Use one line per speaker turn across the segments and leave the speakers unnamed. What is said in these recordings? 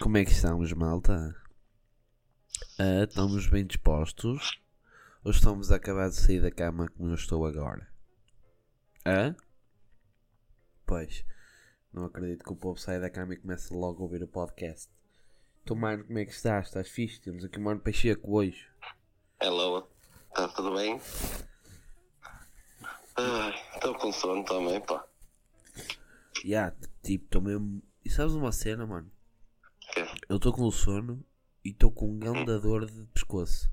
Como é que estamos, malta? Ah, estamos bem dispostos? Ou estamos a acabar de sair da cama como eu estou agora? Hã? Pois, não acredito que o povo saia da cama e comece logo a ouvir o podcast. Então, mano, como é que estás? Estás fixe? Temos aqui o Mano Pacheco hoje.
Hello, tá tudo bem? Estou com sono também, pá.
Ya, tipo, estou mesmo. E sabes uma cena, mano?
Quê?
Eu estou com sono e estou com um grande dor de pescoço.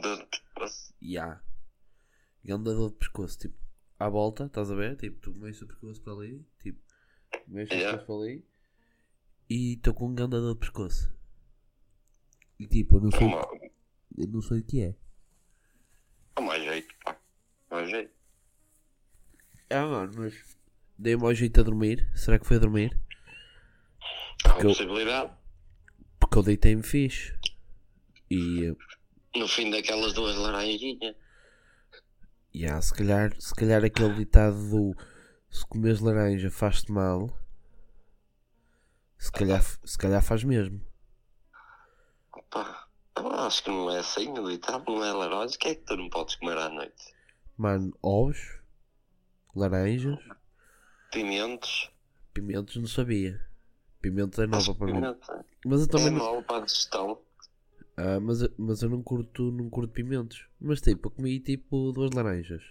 Dor de pescoço.
Ya. Grande dor de pescoço, tipo, à volta, estás a ver? Tipo, tu mexes o pescoço para ali, tipo, mexes
Ya.
o pescoço para ali e estou com um grande dor de pescoço. E tipo, eu não sei,
Toma,
eu não sei o que é.
toma jeito, pá. Toma jeito.
Ah, mano, mas dei-me ao jeito a dormir. Será que foi a dormir?
Há uma
Porque eu-
possibilidade.
Porque eu deitei-me fixe. E,
No fim daquelas duas laranjinhas.
e ah, se calhar, se calhar aquele ditado do se comeres laranja faz-te mal. Se calhar, se calhar faz mesmo.
Pá, eu acho que não é assim, o ditado não é laranja. O que é que tu não podes comer à noite?
Mano, ovos, laranjas,
Pimentos?
pimentos não sabia. Pimentos é
Acho
nova
que
para mim.
pimenta.
Mas eu
É
também não,
mau para a digestão.
ah, mas, eu- mas eu não curto, não curto pimentos. Mas tipo, eu comi tipo duas laranjas.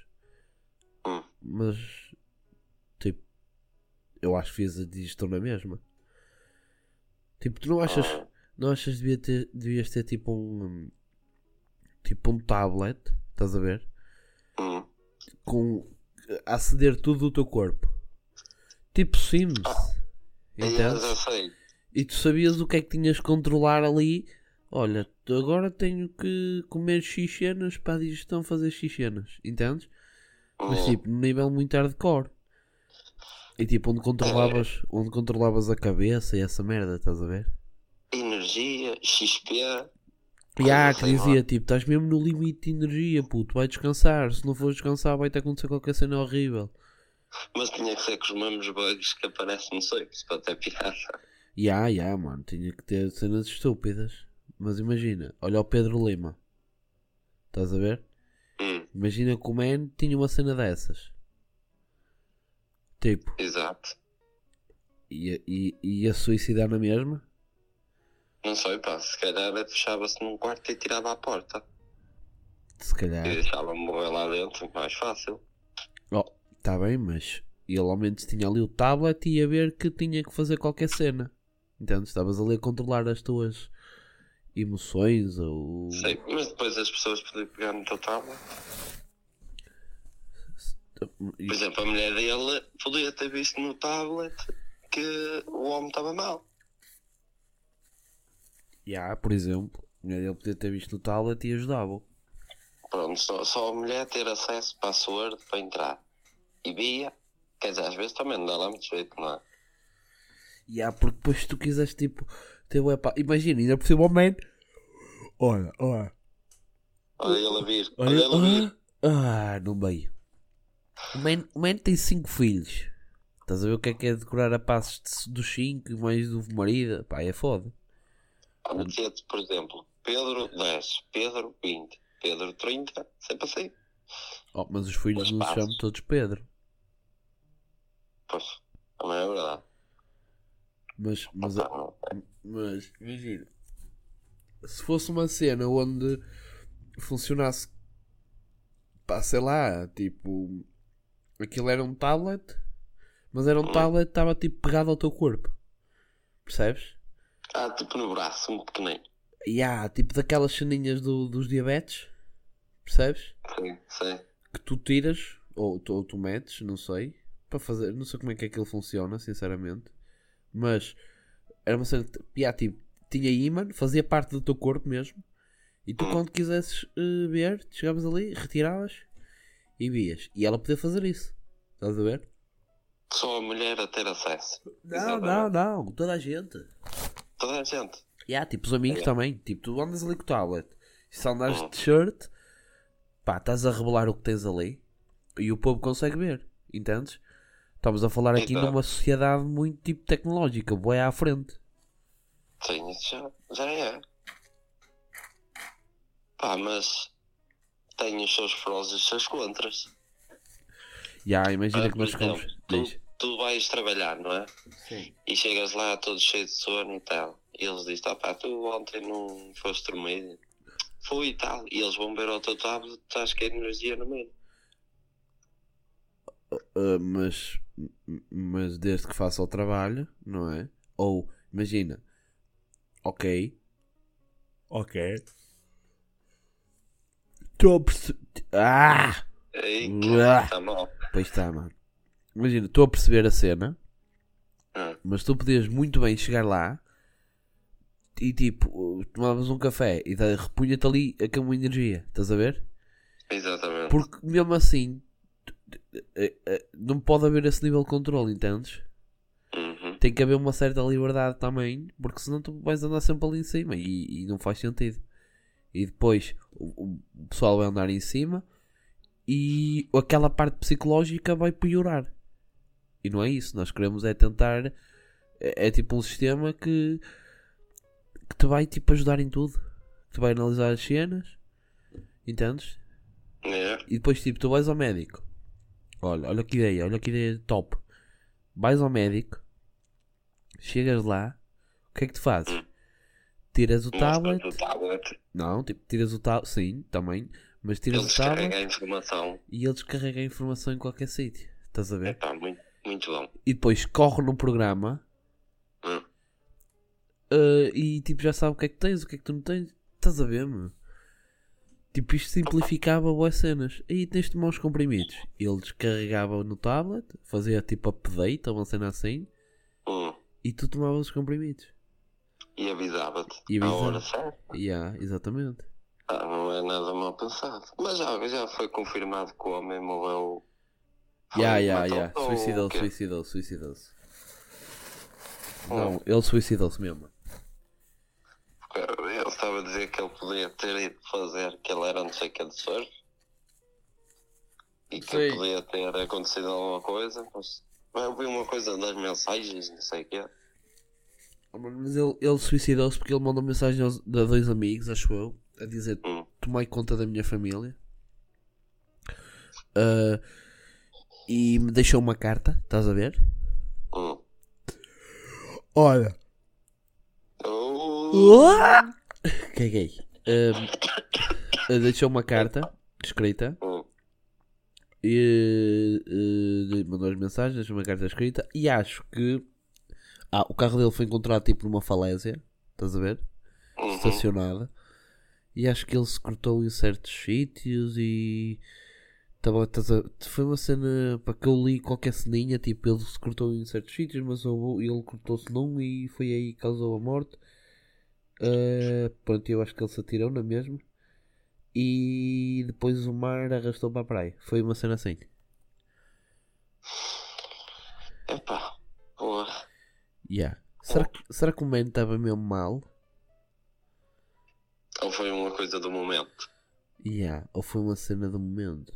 Hum.
Mas tipo, eu acho que fiz a digestão na mesma. Tipo, tu não achas,
Ah,
não achas que devia ter, devias ter tipo um tipo um tablet, estás a ver?
hum.
com a ceder tudo do teu corpo. Tipo Sims.
Ah,
Então,
Eu já
Entendes?
sei.
E tu sabias o que é que tinhas que controlar ali. Olha, tu agora tenho que comer xixenas para a digestão fazer xixenas. Entendes? Mas
Hum.
tipo, num nível muito hardcore. E tipo, onde controlavas, onde controlavas a cabeça e essa merda, estás a ver?
Energia, XP.
E há
Olha,
que
sei lá.
dizia, tipo, estás mesmo no limite de energia, puto, vai descansar. Se não fores descansar, vai-te acontecer qualquer cena horrível.
Mas tinha que ser com os mesmos bugs que aparecem no Soips para ter piada.
Ya, ya, mano, tinha que ter cenas estúpidas. Mas imagina, olha o Pedro Lima. Estás a ver?
Hum,
Imagina que o Man tinha uma cena dessas. Tipo,
exato.
ia, ia, ia suicidar na mesma?
Não sei, pá, se calhar fechava-se num quarto e tirava a porta.
Se calhar.
E deixava-me morrer lá dentro, mais fácil.
Oh, tá bem, mas ele ao menos tinha ali o tablet e ia ver que tinha que fazer qualquer cena. Então estavas ali a controlar as tuas emoções ou.
Sei, mas depois as pessoas podiam pegar no teu tablet. Por exemplo, a mulher dele podia ter visto no tablet que o homem estava mal.
Ya, ah, por exemplo, ele podia ter visto o tablet e ajudava-o.
Pronto, só, só a mulher ter acesso, password para entrar. E via. Quer dizer, às vezes também não dá lá muito jeito, não é?
E há, porque depois se tu quiseres, tipo, ter bué pá- imagina, ainda por cima o man. Olha, olha,
Olha ele a vir, olha
olha,
ele a vir.
Ah, no meio. O man, o man tem 5 filhos. Estás a ver o que é que é decorar a passos de- dos 5 e mais do marido? Pá, é foda.
Metia-te, um por exemplo, Pedro 10, Pedro 20, Pedro 30, sempre assim.
Oh, mas os filhos
Mas
não se
passos.
chamam todos Pedro.
Pois, também é verdade.
Mas, mas,
Pá, não.
mas, imagina. Se fosse uma cena onde funcionasse, pá, sei lá, tipo, aquilo era um tablet, mas era um tablet que estava tipo pegado ao teu corpo, percebes?
Ah, tipo no braço, um pequenino.
E há tipo daquelas ceninhas do- dos diabetes, percebes?
Sim, sim.
Que tu tiras, ou, tu- ou tu metes, não sei, para fazer, não sei como é que aquilo funciona, sinceramente, mas era uma cena que e há, tipo, tinha ímã, fazia parte do teu corpo mesmo. E tu, quando quisesses eh, ver, chegavas ali, retiravas e vias. E ela podia fazer isso. Estás a ver?
Só a mulher a ter acesso.
Não,
Exatamente.
não, não. Toda a gente.
Toda a gente.
E há, tipo, os amigos
É.
também. Tipo, tu andas ali com o tablet. E se andares
Hum.
de shirt, pá, estás a revelar o que tens ali. E o povo consegue ver. Entendes? Estamos a falar aqui
Exato.
numa sociedade muito tipo tecnológica, boé à frente.
Sim, isso já, já é. Pá, mas tem os seus prós e os seus contras.
Já, imagina é
Ah,
que nós
por exemplo,
ficamos. Diz.
tu, tu vais trabalhar, não é? E chegas lá todo cheio de sono e tal. E eles dizem, ah pá, tu ontem não foste dormir. Fui e tal. E eles vão ver ao teu tablet, estás com a é energia no meio.
Ah, mas, mas desde que faça o trabalho, não é? Ou, imagina, ok,
Ok.
estou a perceber. Ah!
Ei,
Uá.
tá mal.
Pois está, mano. Imagina, estou a perceber a cena,
Ah.
mas tu podias muito bem chegar lá e tipo, tomavas um café e da- repunha-te ali aquela energia, estás a ver?
Exatamente.
Porque mesmo assim, tu- tu- eh, eh, não pode haver esse nível de controle, entendes?
Uhum.
Tem que haver uma certa liberdade também, porque senão tu vais andar sempre ali em cima e, e não faz sentido. E depois o, o pessoal vai andar em cima e aquela parte psicológica vai piorar. E não é isso, nós queremos é tentar. É, é tipo um sistema que, que te vai tipo, ajudar em tudo, que te vai analisar as cenas, entendes?
É.
E depois, tipo, tu vais ao médico. Olha, olha que ideia, olha que ideia top. Vais ao médico, chegas lá, o que é que tu fazes? Tiras o tablet.
Mostra-te o tablet.
Não, tipo, tiras o tablet, sim, também. Mas tiras
Eles
o tablet
carregam a informação.
e ele descarrega a informação em qualquer sítio. Estás a ver?
Epá, muito, muito bom.
E depois corre no programa
Hum.
ah, e tipo já sabe o que é que tens, o que é que tu não tens. Estás a ver, meu? Tipo, isto simplificava boas cenas. Aí tens de tomar uns comprimidos. Ele descarregava no tablet, fazia tipo update, uma cena assim,
Hum.
e tu tomavas os comprimidos.
E avisava-te.
E
à
avisava.
hora certa.
Yeah, exatamente.
Ah, não é nada mal pensado. Mas já, já foi confirmado que o homem morreu. Foi,
Yeah, yeah,
matou-
yeah.
ou o
Suicidou-se,
quê?
suicidou-se, suicidou-se.
Hum.
Não, ele suicidou-se mesmo.
Porque Ele estava a dizer que ele podia ter ido fazer, que ele era não sei o que de surf. E que
Sim.
podia ter acontecido alguma coisa. Mas mas eu vi uma coisa das mensagens, não sei o que.
Ah, mano, Mas ele, ele suicidou-se porque ele mandou mensagem aos, a dois amigos, acho eu, a dizer:
Hum.
Tomei conta da minha família Ah, e me deixou uma carta. Estás a ver?
Hum.
Olha.
Oh,
Caguei. Ahm, ah, deixou uma carta escrita
hum.
e ah, mandou as mensagens. Deixou uma carta escrita e acho que ah, o carro dele foi encontrado tipo numa falésia. Estás a ver?
Uhum.
estacionada e acho que ele se cortou em certos sítios e tava, estás a- foi uma cena para que eu li qualquer ceninha, tipo, ele se cortou em certos sítios, mas houve- um, ele cortou-se num e foi aí que causou a morte. Ah, pronto, eu acho que ele se atirou na mesma. E depois o mar arrastou para a praia. Foi uma cena assim.
Epá, porra.
Yeah. Será, que, será que o man estava mesmo mal?
Ou Então foi uma coisa do momento?
Yeah. Ou foi uma cena do momento?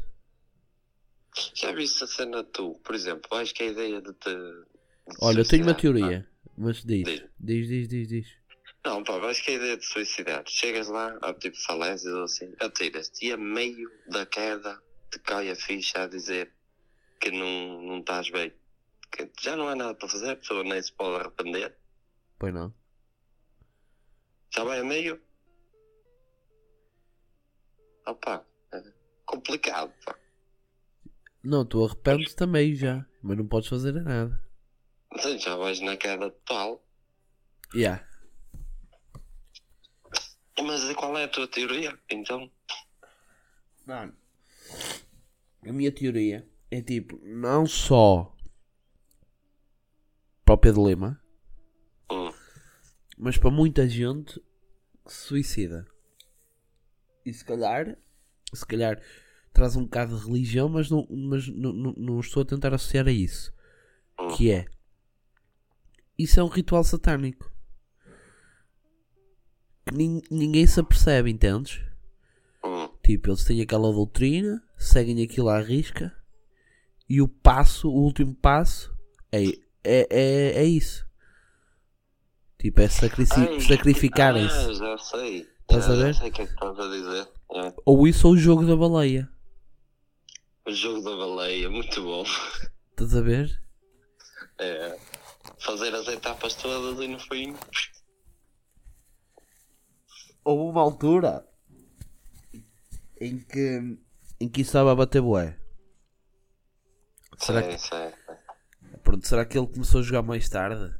Já viste a cena tu, por exemplo, acho que é a ideia de te. de
Olha, eu tenho uma
suicidar- Ah,
teoria, mas diz,
Diz.
diz, diz, diz, diz.
Não, pá, acho que é a ideia de suicidar. Chegas lá, há tipo falésias ou assim, atiras-te e a meio da queda te cai a ficha a dizer que não, não estás bem. Que já não há nada para fazer, a pessoa nem se pode arrepender.
Pois não.
Já vai a meio. Opa, é complicado, pá.
Não, tu arrependes também já, mas não podes fazer nada.
Então já vais na queda total.
Yeah.
Mas e qual é a tua teoria? Então,
Mano, a minha teoria é tipo, não só para o Pedro Lima,
hum,
mas para muita gente que se suicida. E se calhar, se calhar traz um bocado de religião, mas não, mas não, não, não estou a tentar associar a isso. Que é, isso é um ritual satânico. Que nin- ninguém se apercebe, entendes?
hum,
Tipo, eles têm aquela doutrina, seguem aquilo à risca E o passo, o último passo, é, é, é, é isso. Tipo, é sacrici-
Ai,
sacrificarem-se.
Ah, já sei.
Estás
já,
a ver?
Já sei o que é que estás a dizer. É.
Ou isso ou o jogo da baleia.
O jogo da baleia, é muito bom.
Estás a ver?
É. Fazer as etapas todas e no fim.
Houve uma altura em que, em que isso estava a bater bué. Será
Sim, sim.
Pronto, será que ele começou a jogar mais tarde?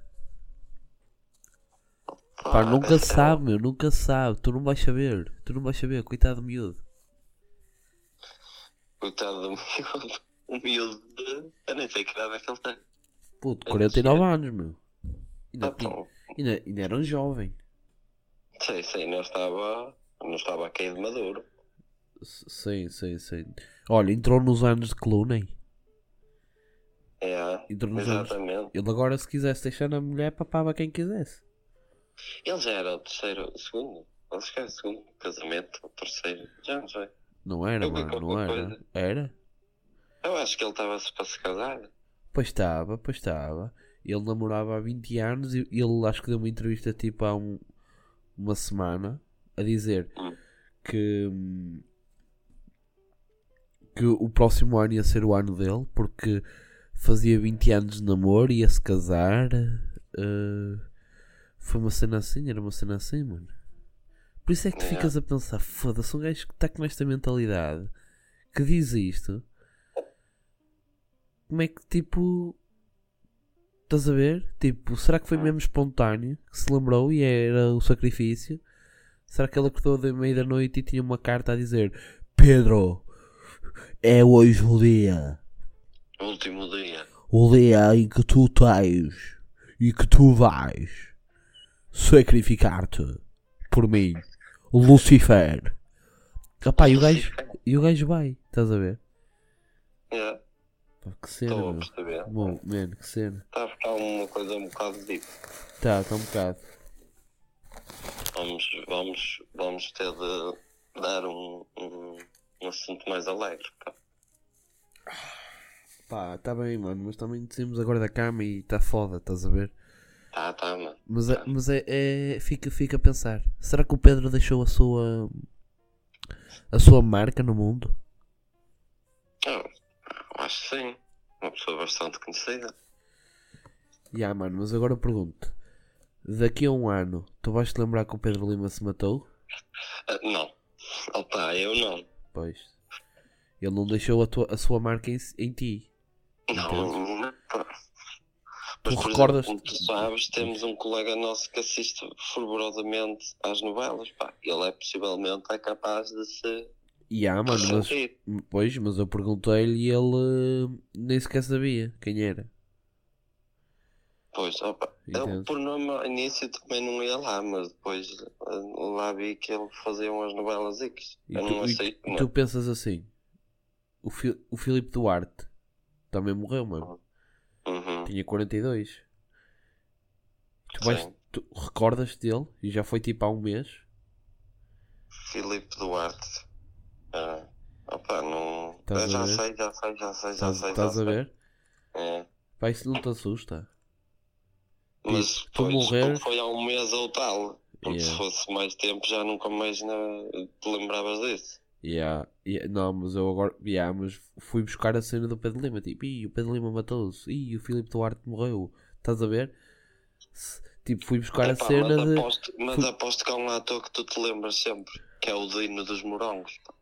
Pá,
Pá, nunca
é-
sabe, meu, nunca sabe. Tu não vais saber, tu não vais saber, coitado do miúdo.
Coitado do miúdo. O miúdo de. Eu nem sei que idade é que ele tem.
Puto, 49 anos, meu. Ainda,
Ah,
tinha,
pá.
ainda, ainda era um jovem.
Sim, sim, não estava. Não estava a cair de maduro.
S- Sim, sim, sim. Olha, entrou nos anos de Clooney.
É.
Entrou nos anos.
Exatamente.
Ele agora, se quisesse deixar na mulher, papava quem quisesse.
Ele já era o terceiro, o segundo. Ele já era o segundo casamento, o terceiro. Já não sei.
Não era,
Eu vi
mano, não
qualquer
era.
coisa.
Era?
Eu acho que ele estava-se para se casar.
Pois estava, pois estava. Ele namorava há 20 anos e ele acho que deu uma entrevista tipo há um- uma semana a dizer
Hum.
que, hum, que o próximo ano ia ser o ano dele porque fazia 20 anos de namoro, ia se casar. eh, foi uma cena assim, era uma cena assim, mano. Por isso é que tu
Yeah.
ficas a pensar, foda-se, um gajo que está com esta mentalidade que diz isto como é que tipo estás a ver? Tipo, será que
Hum.
foi mesmo espontâneo que se lembrou e era o sacrifício? Será que ele acordou de meia da noite e tinha uma carta a dizer Pedro é hoje o dia
O último dia.
o dia em que tu tens e que tu vais sacrificar-te por mim Lucifer Epá, e o gajo e o gajo vai, estás a ver?
É,
Pá, que cena,
Estou a
meu.
perceber.
Bom, mano, que cena.
Está a ficar uma coisa um bocado deep.
Tá, tá um bocado.
Vamos, vamos, vamos ter de dar um, um, um assunto mais alegre. pá.
Pá, tá bem, mano, mas também descemos agora da cama e tá foda, estás a ver?
Tá, tá, mano.
Mas, é, mas é, é- fica, fica a pensar. Será que o Pedro deixou a sua a sua marca no mundo?
Eu, eu acho que sim. Uma pessoa bastante conhecida.
Ya, mano, mas agora eu pergunto. Daqui a um ano, tu vais te lembrar que o Pedro Lima se matou?
Ah, não. Opa, eu não.
Pois. Ele não deixou a, tua, a sua marca em, em ti.
Não. pá. Mas, por
recordas-
Exemplo, como tu sabes, temos um colega nosso que assiste fervorosamente às novelas. Pá. Ele é possivelmente é capaz de se
Ya, mano, mas,
sentir.
pois, mas eu perguntei-lhe e ele eh, nem sequer sabia quem era.
Pois, opa,
Entendo.
eu por nome ao início também não ia lá, mas depois eh, lá vi que ele fazia umas novelas X.
E
Eu não
tu, e-
aceito,
e
não.
tu pensas assim: o, Fi, o Filipe Duarte também morreu, mano.
Uhum.
Tinha 42. Tu, vais,
Sim.
tu recordas dele e já foi tipo há um mês.
Filipe Duarte. Ah, opa, não.
Tás
Eu
a
já
ver?
sei, já sei, já sei, já
Estás,
sei.
estás
já
a
sei.
ver?
É.
Pá, isso não te assusta.
Mas
Tipo, tu
pois,
morrer-
porque foi há um mês ou tal. Porque
Yeah.
se fosse mais tempo já nunca mais na- te lembravas disso.
Yeah, yeah, não, mas eu agora. Yeah, mas fui buscar a cena do Pedro Lima. Tipo, Ih, o Pedro Lima matou-se. Ih, o Filipe Duarte morreu. Estás a ver? Se- tipo, fui buscar
Epá,
a cena
mas,
de.
aposto, mas aposto que há um ator que tu te lembras sempre, que é o Dino dos Morangos. pá.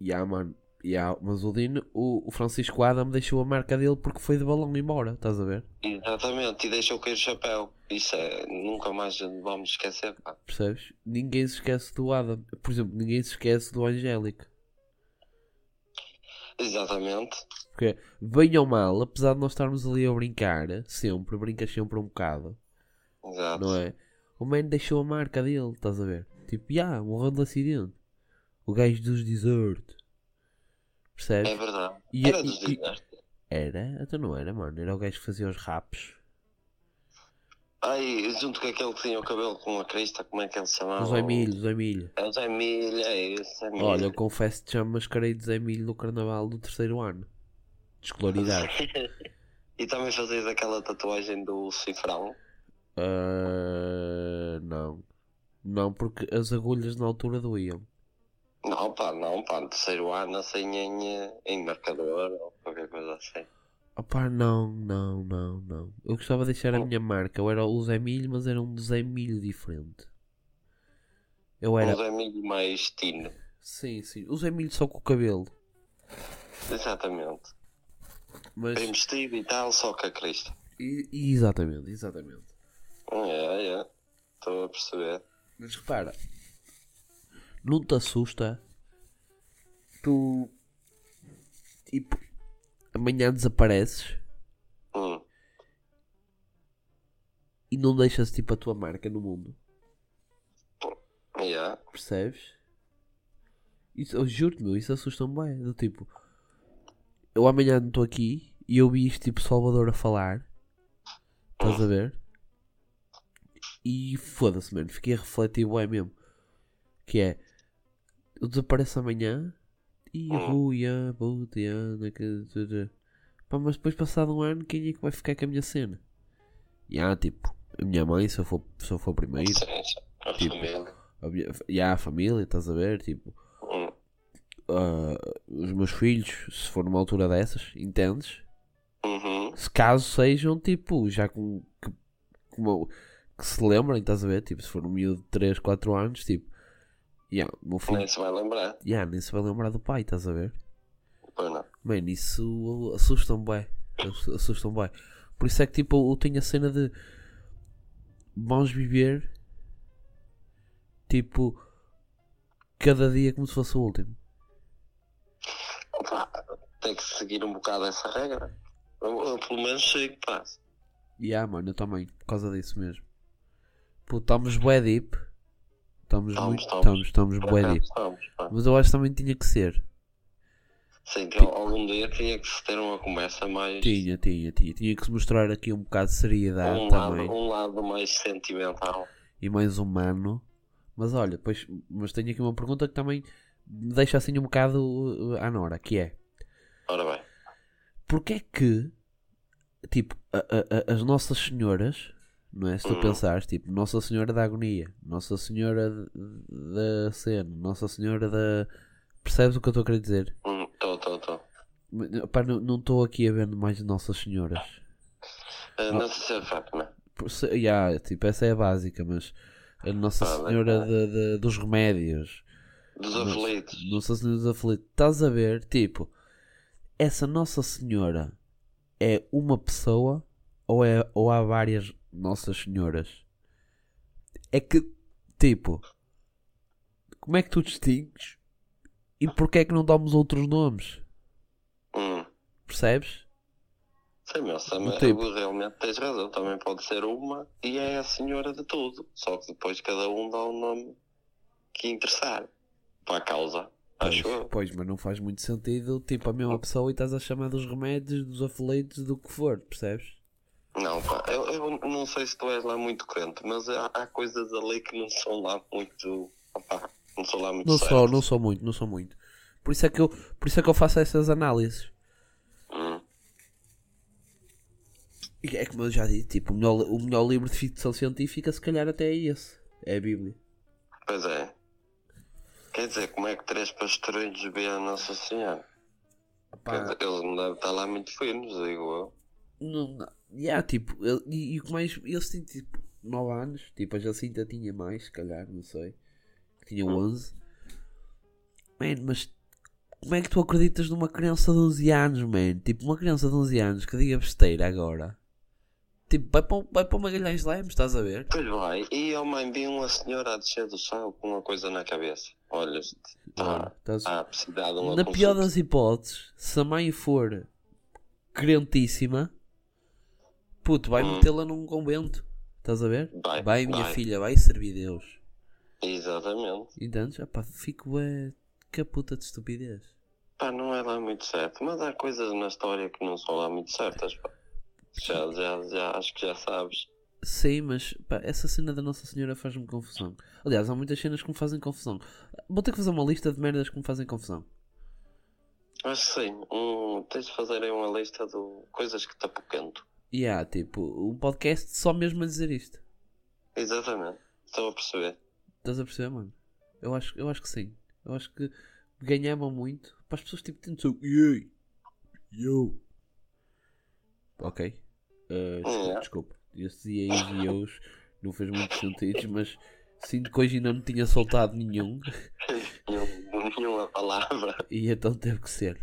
Ya, mano. Ya, mas o Dino, o, o Francisco Adam deixou a marca dele porque foi de balão embora, estás a ver?
Exatamente, e deixou cair o chapéu. Isso é, nunca mais vamos esquecer. Pá.
Percebes? Ninguém se esquece do Adam. Por exemplo, ninguém se esquece do Angélico.
Exatamente.
Porque, bem ou mal, apesar de nós estarmos ali a brincar, sempre, brincas sempre um bocado,
Exato.
não é? O man deixou a marca dele, estás a ver? Tipo, ya, morreu de acidente. O gajo dos desertos.
É
Percebes?
verdade.
E-
Era
e-
dos
e-
dias.
Era? Até não era, mano. Era o gajo que fazia os raps.
Ai, junto com aquele que tinha o cabelo com a crista, como é que ele se chamava?
Os Emílio, os Emílio.
É o Zé Milho, é isso, Zé Milho.
Olha, eu confesso que já me mascarei de Zé Milho no carnaval do terceiro ano. Descoloridades.
E também fazias aquela tatuagem do cifrão.
Ah, não. Não, porque as agulhas na altura doíam.
Não, pá, não, pá, no terceiro ano assim em, eh, em marcador ou qualquer coisa assim.
Opá, não, não, não, não. Eu gostava de deixar a minha marca. Eu era o Zé Milho, mas era um Zé Milho diferente. Eu
Uns
era.
amigos Um mais tino.
Sim, sim. O Zé Milho só com o cabelo.
Exatamente.
Mas.
Primo Steve e tal, só que a Cristo.
e- e- exatamente, exatamente.
É, é. Estou a perceber.
Mas repara, não te assusta tu tipo amanhã desapareces
Hum.
e não deixas tipo a tua marca no mundo,
Yeah.
percebes? Isso, eu juro-te, meu, isso assusta-me bem. Do tipo, eu amanhã não estou aqui e eu vi isto tipo Salvador a falar, estás a ver? E foda-se, mano, fiquei a refletir, bem mesmo. Que é, eu desapareço amanhã e ruia, puta, e anda, que- tu- tu. Pá, mas depois passado um ano, quem é que vai ficar com a minha cena? E há, tipo, a minha mãe, se eu for, se eu for primeiro,
Sim, sim. A
é Tipo.
família.
a minha- e há a família, estás a ver? Tipo,
Hum.
ah, os meus filhos, se for numa altura dessas, entendes?
Uhum.
Se caso sejam, tipo, já com. que, como- que se lembrem, estás a ver? Tipo, se for um miúdo de 3, 4 anos, tipo, yeah, o meu filho
Nem se vai lembrar.
yeah, nem se vai lembrar do pai, estás a ver?
Pois não.
Mano, isso assusta-me bem. Ass- Assusta-me bem. Por isso é que tipo, eu- eu tenho a cena de vamos viver tipo cada dia como se fosse o último.
Opa, tem que seguir um bocado essa regra. Eu, eu pelo menos sei que passa.
E ah, mano, eu também, por causa disso mesmo. Pô, estamos bué deep. Estamos
Estamos,
muito.
estamos.
Estamos, estamos
Por
bué
acaso
deep.
estamos, pá.
Mas eu acho que também tinha que ser.
Sim, que algum dia tinha que se ter uma conversa mais.
Tinha, tinha, tinha. Tinha que se mostrar aqui um bocado de seriedade
um, lado,
também.
um lado mais sentimental.
e mais humano. Mas olha, pois, mas tenho aqui uma pergunta que também me deixa assim um bocado uh, à nora, que é
Ora bem.
porque é que tipo a- a- a- as Nossas Senhoras, não é? Se tu
Uhum.
pensares, tipo, Nossa Senhora da Agonia, Nossa Senhora d- da Cena, Nossa Senhora da. Percebes o que eu estou a querer dizer?
Estou, estou, estou.
Pá, não não estou aqui a ver mais Nossas Senhoras.
Não sei se é Fátima.
Por se- Ya, tipo, essa é a básica, mas a Nossa
Ah, bem,
Senhora
bem.
da- da- dos Remédios,
Dos
Nossa-
aflitos.
Nossa Senhora dos Aflitos. Estás a ver? Tipo, essa Nossa Senhora é uma pessoa ou, é, ou há várias Nossas Senhoras? É que, tipo, como é que tu distingues e porquê é que não damos outros nomes?
Hum.
Percebes?
Sim, meu, também,
tipo.
realmente tens razão. Também pode ser uma e é a senhora de tudo. Só que depois cada um dá o nome que interessar. Para a causa. Acho
Pois,
eu.
pois, mas não faz muito sentido, tipo, a mesma pessoa e estás a chamar dos remédios, dos aflitos, do que for, percebes?
Não, pá, eu, eu não sei se tu és lá muito crente, mas há, há coisas ali que não são lá muito. opá, não são lá muito
Não
certas.
sou, não sou muito, não sou muito. Por isso é que eu, por isso é que eu faço essas análises.
Hum.
E É como eu já disse, tipo, o melhor, o melhor livro de ficção científica se calhar até é esse. É a Bíblia.
Pois é. Quer dizer, como é que três pastorinhos vê a Nossa Senhora? Quer
Pá,
dizer, eles não devem estar lá muito finos, digo eu.
não, não, e há, tipo, ele- e, e o que mais, eles têm tipo 9 anos, tipo, a Jacinta tinha mais, se calhar, não sei, tinha
Ah.
11. Man, mas como é que tu acreditas numa criança de 11 anos, man? Tipo, uma criança de 11 anos que diga besteira agora. Tipo, vai para, o- vai para o Magalhães Lemos, estás a ver?
Pois vai, e eu mãe vi uma senhora a descer do céu com uma coisa na cabeça. Olha,
Olha,
está
estás-
a precisar de uma
Na Ah. pior
consulta.
das hipóteses, se a mãe for crentíssima, puto, vai metê-la num convento. Estás a ver?
Hum. Vai,
minha
vai.
filha, vai servir Deus.
Exatamente.
Então, já pá, fico é que a puta de estupidez.
Pá, não é lá muito certo, mas há coisas na história que não são lá muito certas, pá. Já, já, já, acho que já sabes.
Sim, mas pá, essa cena da Nossa Senhora faz-me confusão. Aliás, há muitas cenas que me fazem confusão. Vou ter que fazer uma lista de merdas que me fazem confusão.
Mas sim, um, tens de fazer aí uma lista de coisas que te apocanto.
E há, tipo, um podcast só mesmo a dizer isto.
Exatamente. Estou a perceber.
Estás a perceber, mano? Eu acho, eu acho que sim. Eu acho que ganhavam muito para as pessoas tipo tendo seu. "Yey, Yo! Ok. Uh, desculpa,
Yeah.
desculpa. Esses IAs e eus não fez muito sentido, mas sinto que hoje ainda não tinha soltado nenhum
Nenhum- nenhuma palavra.
e então teve que ser.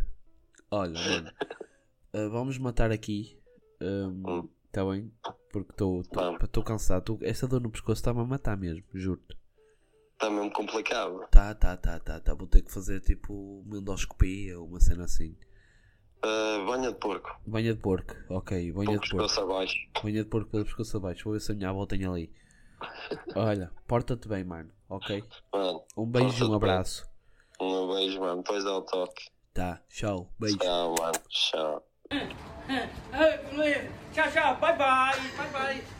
Olha, mano, uh, vamos matar aqui.
Hum.
Está bem? Porque
Vamos.
estou cansado. Tô- essa dor no pescoço está-me a matar mesmo, juro-te.
Está tá mesmo complicado.
Tá, tá, tá, tá, tá. Vou ter que fazer tipo uma endoscopia ou uma cena assim.
Uh, banha de porco.
Banha de porco, ok, banha
Com o
de porco.
pescoço abaixo.
Banha de porco pelo pescoço abaixo. Vou ver se a minha avó tem ali. Olha, porta-te bem, mano, ok?
Mano,
Um beijo e
Porta-te
um
bem.
abraço.
um beijo, mano. Depois dá o toque.
Tá, tchau, beijo.
Tchau, mano. Tchau.
哎，不对，下下，拜拜，拜拜。